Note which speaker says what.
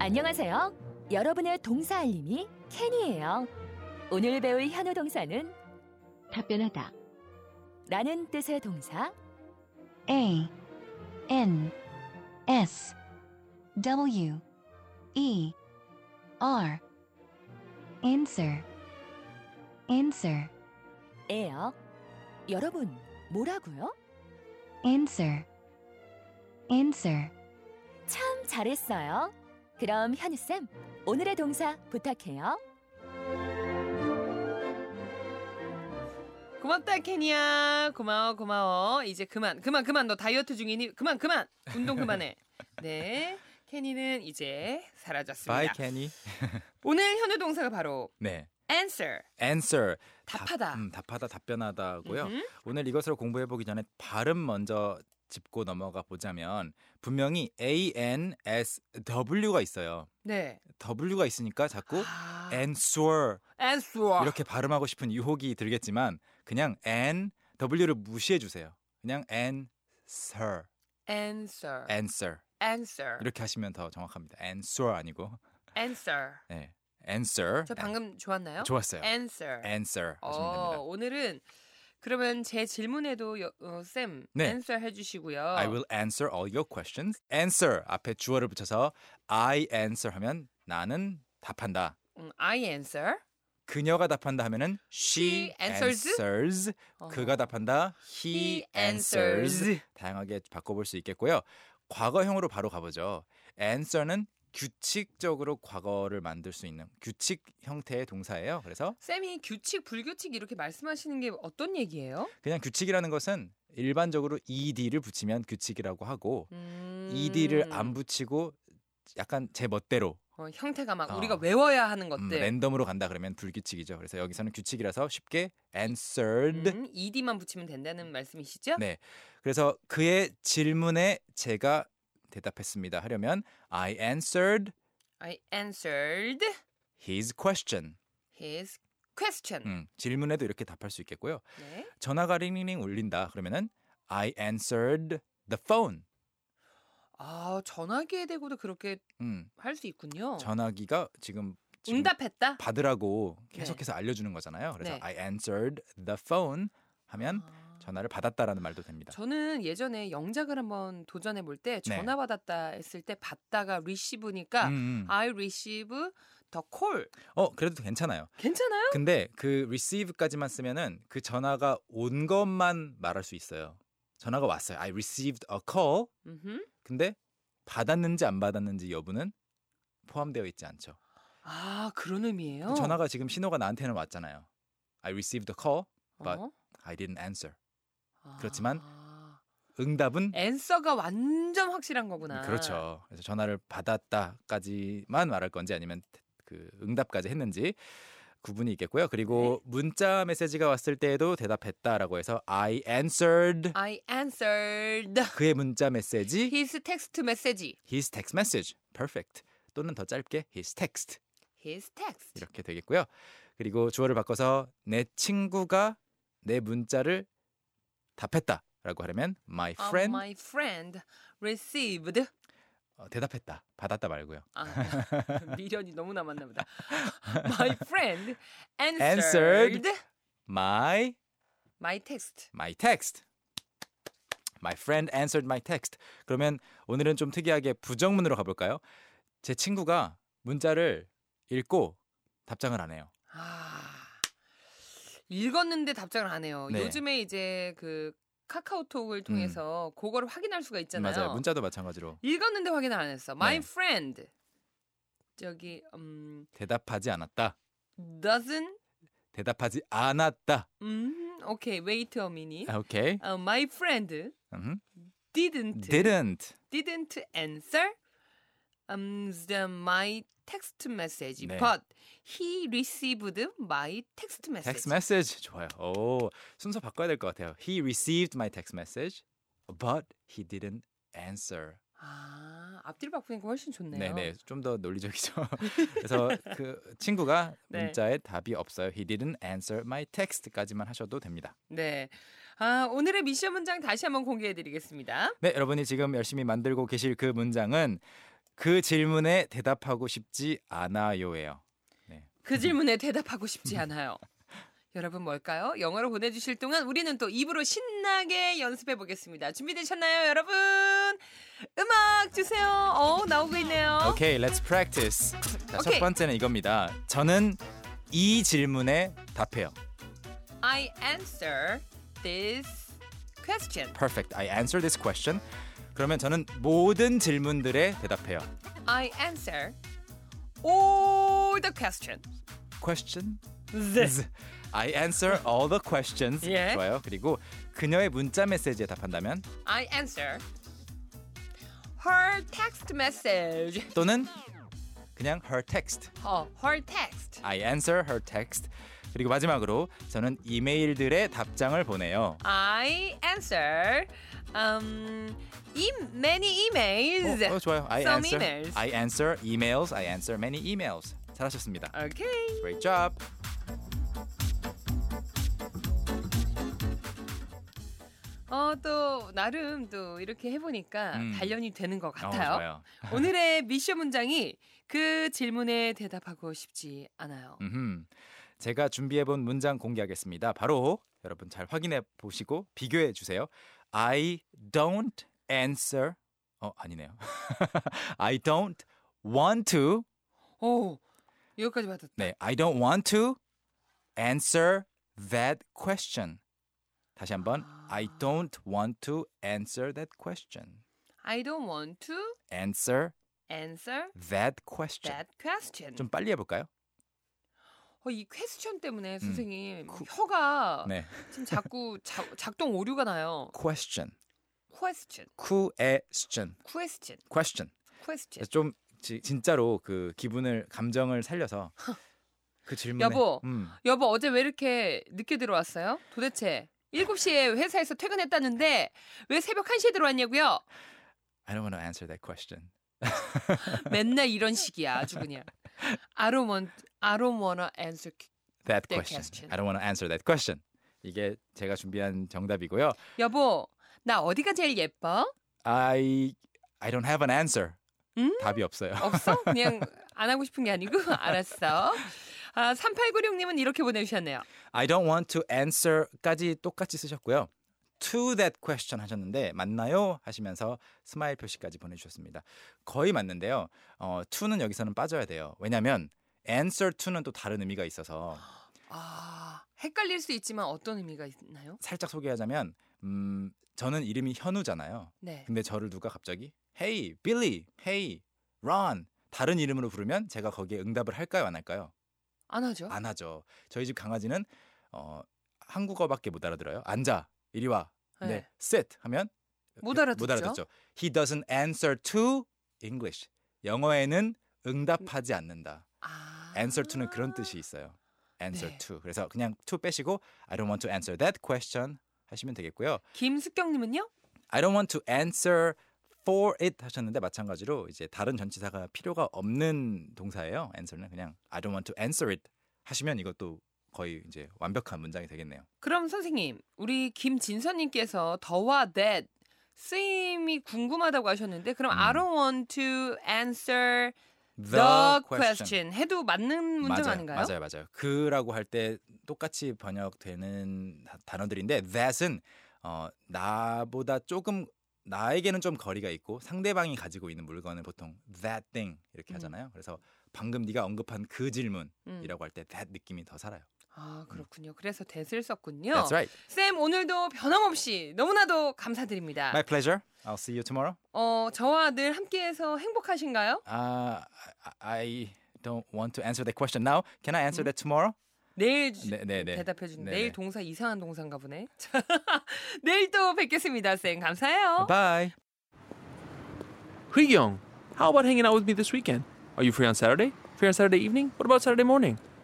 Speaker 1: 안녕하세요. 여러분의 동사 알림이 캔이에요. 오늘 배울 현우 동사는
Speaker 2: 답변하다.
Speaker 1: 라는 뜻의 동사
Speaker 2: A N S W E R answer answer
Speaker 1: 에요. 여러분, 뭐라고요?
Speaker 2: answer answer
Speaker 1: 참 잘했어요. 그럼 현우쌤, 오늘의 동사 부탁해요.
Speaker 3: 고맙다 케니야 고마워 고마워 이제 그만 그만 그만 너 다이어트 중이니 그만 그만 운동 그만해 네 케니는 이제 사라졌습니다
Speaker 4: Bye, Kenny.
Speaker 3: 오늘 현우 동사가 바로
Speaker 4: 네.
Speaker 3: answer
Speaker 4: Answer.
Speaker 3: 답하다.
Speaker 4: 답, 음, 답하다, 답변하다고요.
Speaker 3: 음,
Speaker 4: 오늘 이것을 공부해 보기 전에 발음 먼저 짚고 넘어가 보자면 분명히 A N S W가 있어요.
Speaker 3: 네
Speaker 4: W가 있으니까 자꾸
Speaker 3: 아,
Speaker 4: answer
Speaker 3: answer
Speaker 4: 이렇게 발음하고 싶은 유혹이 들겠지만 그냥 N W를 무시해 주세요. 그냥 answer,
Speaker 3: answer
Speaker 4: answer
Speaker 3: answer
Speaker 4: 이렇게 하시면 더 정확합니다. answer 아니고
Speaker 3: answer
Speaker 4: 네. answer. 네,
Speaker 3: 저 방금 좋았나요?
Speaker 4: 좋았어요.
Speaker 3: answer
Speaker 4: answer 하시면
Speaker 3: 어,
Speaker 4: 됩니다.
Speaker 3: 오늘은 그러면 제 질문에도 여, 어, 쌤
Speaker 4: 네.
Speaker 3: answer 해주시고요
Speaker 4: I will answer all your questions. answer 앞에 주어를 붙여서 I answer 하면 나는 답한다.
Speaker 3: 음, I answer
Speaker 4: 그녀가 답한다 하면은
Speaker 3: She
Speaker 4: she
Speaker 3: answers.
Speaker 4: answers.
Speaker 3: 어.
Speaker 4: 그가 답한다
Speaker 3: He
Speaker 4: he
Speaker 3: answers.
Speaker 4: answers. 다양하게 바꿔볼 수 있겠고요. 과거형으로 바로 가보죠. answer는 규칙적으로 과거를 만들 수 있는 규칙 형태의 동사예요. 그래서
Speaker 3: 쌤이 규칙 불규칙 이렇게 말씀하시는 게 어떤 얘기예요?
Speaker 4: 그냥 규칙이라는 것은 일반적으로 ed를 붙이면 규칙이라고 하고
Speaker 3: 음...
Speaker 4: ed를 안 붙이고 약간 제 멋대로
Speaker 3: 어, 형태가 막
Speaker 4: 어.
Speaker 3: 우리가 외워야 하는
Speaker 4: 음,
Speaker 3: 것들.
Speaker 4: 랜덤으로 간다 그러면 불규칙이죠. 그래서 여기서는 규칙이라서 쉽게 answered.
Speaker 3: 음, ed만 붙이면 된다는 말씀이시죠?
Speaker 4: 네. 그래서 그의 질문에 제가 대답했습니다. 하려면 I answered
Speaker 3: I answered
Speaker 4: his question.
Speaker 3: his question.
Speaker 4: 음, 질문에도 이렇게 답할 수 있겠고요.
Speaker 3: 네.
Speaker 4: 전화가 링링 울린다. 그러면은 I answered the phone.
Speaker 3: 아 전화기에 대고도 그렇게
Speaker 4: 음,
Speaker 3: 할 수 있군요.
Speaker 4: 전화기가 지금,
Speaker 3: 어.
Speaker 4: 지금
Speaker 3: 응답했다.
Speaker 4: 받으라고 계속해서 알려주는 거잖아요. 그래서
Speaker 3: 네.
Speaker 4: I answered the phone 하면
Speaker 3: 아.
Speaker 4: 전화를 받았다라는 말도 됩니다.
Speaker 3: 저는 예전에 영작을 한번 도전해 볼 때
Speaker 4: 네.
Speaker 3: 전화 받았다 했을 때 받다가 아 receive니까
Speaker 4: 음, 음.
Speaker 3: I receive the call.
Speaker 4: 어 그래도 괜찮아요.
Speaker 3: 괜찮아요?
Speaker 4: 근데 그 receive까지만 쓰면은 그 전화가 온 것만 말할 수 있어요. 전화가 왔어요. I received a call.
Speaker 3: 음흠.
Speaker 4: 근데 받았는지 안 받았는지 여부는 포함되어 있지 않죠.
Speaker 3: 아 그런 의미예요.
Speaker 4: 전화가 지금 신호가 나한테는 왔잖아요. I received a call. but
Speaker 3: 어?
Speaker 4: I didn't answer.
Speaker 3: 아.
Speaker 4: 그렇지만 응답은
Speaker 3: 앤서가 완전 확실한 거구나.
Speaker 4: 그렇죠. 그래서 전화를 받았다까지만 말할 건지 아니면 그 응답까지 했는지 구분이 있겠고요. 그리고
Speaker 3: 네.
Speaker 4: 문자 메시지가 왔을 때에도 대답했다라고 해서 I answered
Speaker 3: I answered
Speaker 4: 그의 문자 메시지
Speaker 3: his text message.
Speaker 4: his text message perfect 또는 더 짧게 his text
Speaker 3: His text.
Speaker 4: 이렇게 되겠고요. 그리고 주어를 바꿔서 내 친구가 내 문자를 답했다라고 하려면 my
Speaker 3: 어,
Speaker 4: friend
Speaker 3: My friend received.
Speaker 4: 어, 대답했다 받았다 말고요.
Speaker 3: 아, 미련이 너무 남았나 보다. My friend answered,
Speaker 4: Answered. my
Speaker 3: my text.
Speaker 4: my text my friend answered my text 그러면 오늘은 좀 특이하게 부정문으로 가볼까요? 제 친구가 문자를 읽고 답장을 안 해요.
Speaker 3: 아, 읽었는데 답장을 안 해요.
Speaker 4: 네. 음.
Speaker 3: 요즘에 이제 그 카카오톡을 통해서 그거를 확인할 수가 있잖아요.
Speaker 4: 맞아요. 문자도 마찬가지로
Speaker 3: 읽었는데 확인을 안 했어. My
Speaker 4: 네.
Speaker 3: friend 저기 음
Speaker 4: 대답하지 않았다.
Speaker 3: doesn't
Speaker 4: 대답하지 않았다.
Speaker 3: 음 오케이 wait a minute.
Speaker 4: 아, 오케이.
Speaker 3: 어, my friend
Speaker 4: 음.
Speaker 3: didn't
Speaker 4: didn't.
Speaker 3: didn't answer um, the, my text message,
Speaker 4: 네.
Speaker 3: but he received my text message.
Speaker 4: text message 좋아요. 오 순서 바꿔야 될 것 같아요. He received my text message, but he didn't answer.
Speaker 3: 아 앞뒤를 바꾸니까 훨씬 좋네요. 어.
Speaker 4: 네네 좀 더 논리적이죠. 그래서 그 친구가
Speaker 3: 네.
Speaker 4: 문자에 답이 없어요. He didn't answer my text까지만 하셔도 됩니다.
Speaker 3: 네. 아 오늘의 미션 문장 다시 한번 공개해드리겠습니다.
Speaker 4: 네 여러분이 지금 열심히 만들고 계실 그 문장은 그 질문에 대답하고 싶지 않아요예요.
Speaker 3: 그 질문에 대답하고 싶지 않아요. 여러분 뭘까요? 영어로 보내주실 동안 우리는 또 입으로 신나게 연습해 보겠습니다. 준비되셨나요, 여러분? 음악 주세요. 어 나오고 있네요.
Speaker 4: 오케이, let's practice. 자, 첫
Speaker 3: 오케이.
Speaker 4: 번째는 이겁니다. 저는 이 질문에 답해요.
Speaker 3: I answer this question.
Speaker 4: Perfect. I answer this question. 그러면 저는 모든 질문들에 대답해요.
Speaker 3: I answer all the question.
Speaker 4: Question?
Speaker 3: This.
Speaker 4: I answer all the questions.
Speaker 3: 네. 예.
Speaker 4: 좋아요. 그리고 그녀의 문자 메시지에 답한다면
Speaker 3: I answer her text message.
Speaker 4: 또는 그냥 her text.
Speaker 3: 어, her text.
Speaker 4: I answer her text. 그리고 마지막으로 저는 이메일들의 답장을 보내요.
Speaker 3: I answer um e many emails.
Speaker 4: 어, 어, 좋아요. I
Speaker 3: Some
Speaker 4: answer.
Speaker 3: emails.
Speaker 4: I answer emails. I answer many emails. 잘하셨습니다.
Speaker 3: Okay.
Speaker 4: Great job.
Speaker 3: 어 또 나름 또 이렇게 해보니까
Speaker 4: 음.
Speaker 3: 단련이 되는 것
Speaker 4: 어,
Speaker 3: 같아요.
Speaker 4: 좋아요.
Speaker 3: 오늘의 미션 문장이 그 질문에 대답하고 싶지 않아요.
Speaker 4: 음흠. 제가 준비해본 문장 공개하겠습니다. 바로 여러분 잘 확인해 보시고 비교해 주세요. I don't answer. 어 아니네요. I don't want to.
Speaker 3: 오 여기까지 받았다.
Speaker 4: 네, I don't want to answer that question. 다시 한번 I don't want to answer that question.
Speaker 3: I don't want to
Speaker 4: Answer
Speaker 3: answer
Speaker 4: that question.
Speaker 3: that question.
Speaker 4: 좀 빨리 해볼까요?
Speaker 3: 어, 이 퀘스천 때문에 선생님 혀가
Speaker 4: 음. 네,
Speaker 3: 지금 자꾸 자- 작동 오류가 나요.
Speaker 4: question,
Speaker 3: question,
Speaker 4: question,
Speaker 3: question,
Speaker 4: question.
Speaker 3: question.
Speaker 4: 그래서 좀 지- 진짜로 그 기분을 감정을 살려서 그 질문에
Speaker 3: 여보.
Speaker 4: 음,
Speaker 3: 여보 어제 왜 이렇게 늦게 들어왔어요? 도대체 7시에 회사에서 퇴근했다는데 왜 새벽 1시에 들어왔냐고요?
Speaker 4: I don't want to answer that question.
Speaker 3: 맨날 이런 식이야 아주 그냥. I don't want, I don't wanna answer.
Speaker 4: That
Speaker 3: That
Speaker 4: question.
Speaker 3: question.
Speaker 4: I don't want to answer that question. 이게 제가 준비한 정답이고요.
Speaker 3: 여보 나 어디가 제일 예뻐?
Speaker 4: I I don't have an answer.
Speaker 3: 음?
Speaker 4: 답이 없어요.
Speaker 3: 없어? 그냥 안 하고 싶은 게 아니고 알았어. 아, 3896님은 이렇게 보내주셨네요.
Speaker 4: I don't want to answer까지 똑같이 쓰셨고요. To that question 하셨는데 맞나요? 하시면서 스마일 표시까지 보내주셨습니다. 거의 맞는데요. 어, to는 여기서는 빠져야 돼요. 왜냐하면 answer to는 또 다른 의미가 있어서
Speaker 3: 아, 헷갈릴 수 있지만 어떤 의미가 있나요?
Speaker 4: 살짝 소개하자면 음, 저는 이름이 현우잖아요.
Speaker 3: 네.
Speaker 4: 근데 저를 누가 갑자기 Hey Billy, Hey Ron 다른 이름으로 부르면 제가 거기에 응답을 할까요? 안 할까요?
Speaker 3: 안 하죠.
Speaker 4: 안 하죠. 저희 집 강아지는 어, 한국어밖에 못 알아들어요. 앉아, 이리 와.
Speaker 3: 네.
Speaker 4: 네. sit 하면
Speaker 3: 못
Speaker 4: 그-
Speaker 3: 알아듣죠.
Speaker 4: He doesn't answer to English. 영어에는 응답하지 않는다.
Speaker 3: 아.
Speaker 4: answer to는 그런 뜻이 있어요. answer
Speaker 3: 네.
Speaker 4: to. 그래서 그냥 to 빼시고 I don't want to answer that question 하시면 되겠고요.
Speaker 3: 김숙경님은요?
Speaker 4: I don't want to answer for it 하셨는데 마찬가지로 이제 다른 전치사가 필요가 없는 동사예요. answer는 그냥 I don't want to answer it 하시면 이것도 거의 이제 완벽한 문장이 되겠네요.
Speaker 3: 그럼 선생님, 우리 김진선님께서 더와 that 쓰임이 궁금하다고 하셨는데 그럼
Speaker 4: 음.
Speaker 3: I don't want to answer the, question. 해도 맞는 문장
Speaker 4: 맞아요,
Speaker 3: 아닌가요?
Speaker 4: 맞아요, 맞아요. 그라고 할 때 똑같이 번역되는 다- 단어들인데 that은 어, 나보다 조금 나에게는 좀 거리가 있고 상대방이 가지고 있는 물건을 보통 that thing 이렇게
Speaker 3: 음.
Speaker 4: 하잖아요. 그래서 방금 네가 언급한 그 질문이라고
Speaker 3: 음.
Speaker 4: 할 때 that 느낌이 더 살아요.
Speaker 3: 아 그렇군요. 그래서 that을 썼군요.
Speaker 4: That's right.
Speaker 3: 쌤 오늘도 변함없이 너무나도 감사드립니다.
Speaker 4: My pleasure. I'll see you tomorrow.
Speaker 3: 어 저와 늘 함께해서 행복하신가요?
Speaker 4: Uh, I- I don't want to answer that question now. Can I answer
Speaker 3: 음?
Speaker 4: that tomorrow?
Speaker 3: 내일 주-
Speaker 4: 네, 네, 네.
Speaker 3: 대답해 주는
Speaker 4: 네,
Speaker 3: 내일
Speaker 4: 네.
Speaker 3: 동사 이상한 동사인가 보네. 자, 내일 또 뵙겠습니다, 쌤. 감사해요.
Speaker 4: Bye.
Speaker 5: Young, how about hanging out with me this weekend? Are you free on Saturday? Free on Saturday evening? What about Saturday morning?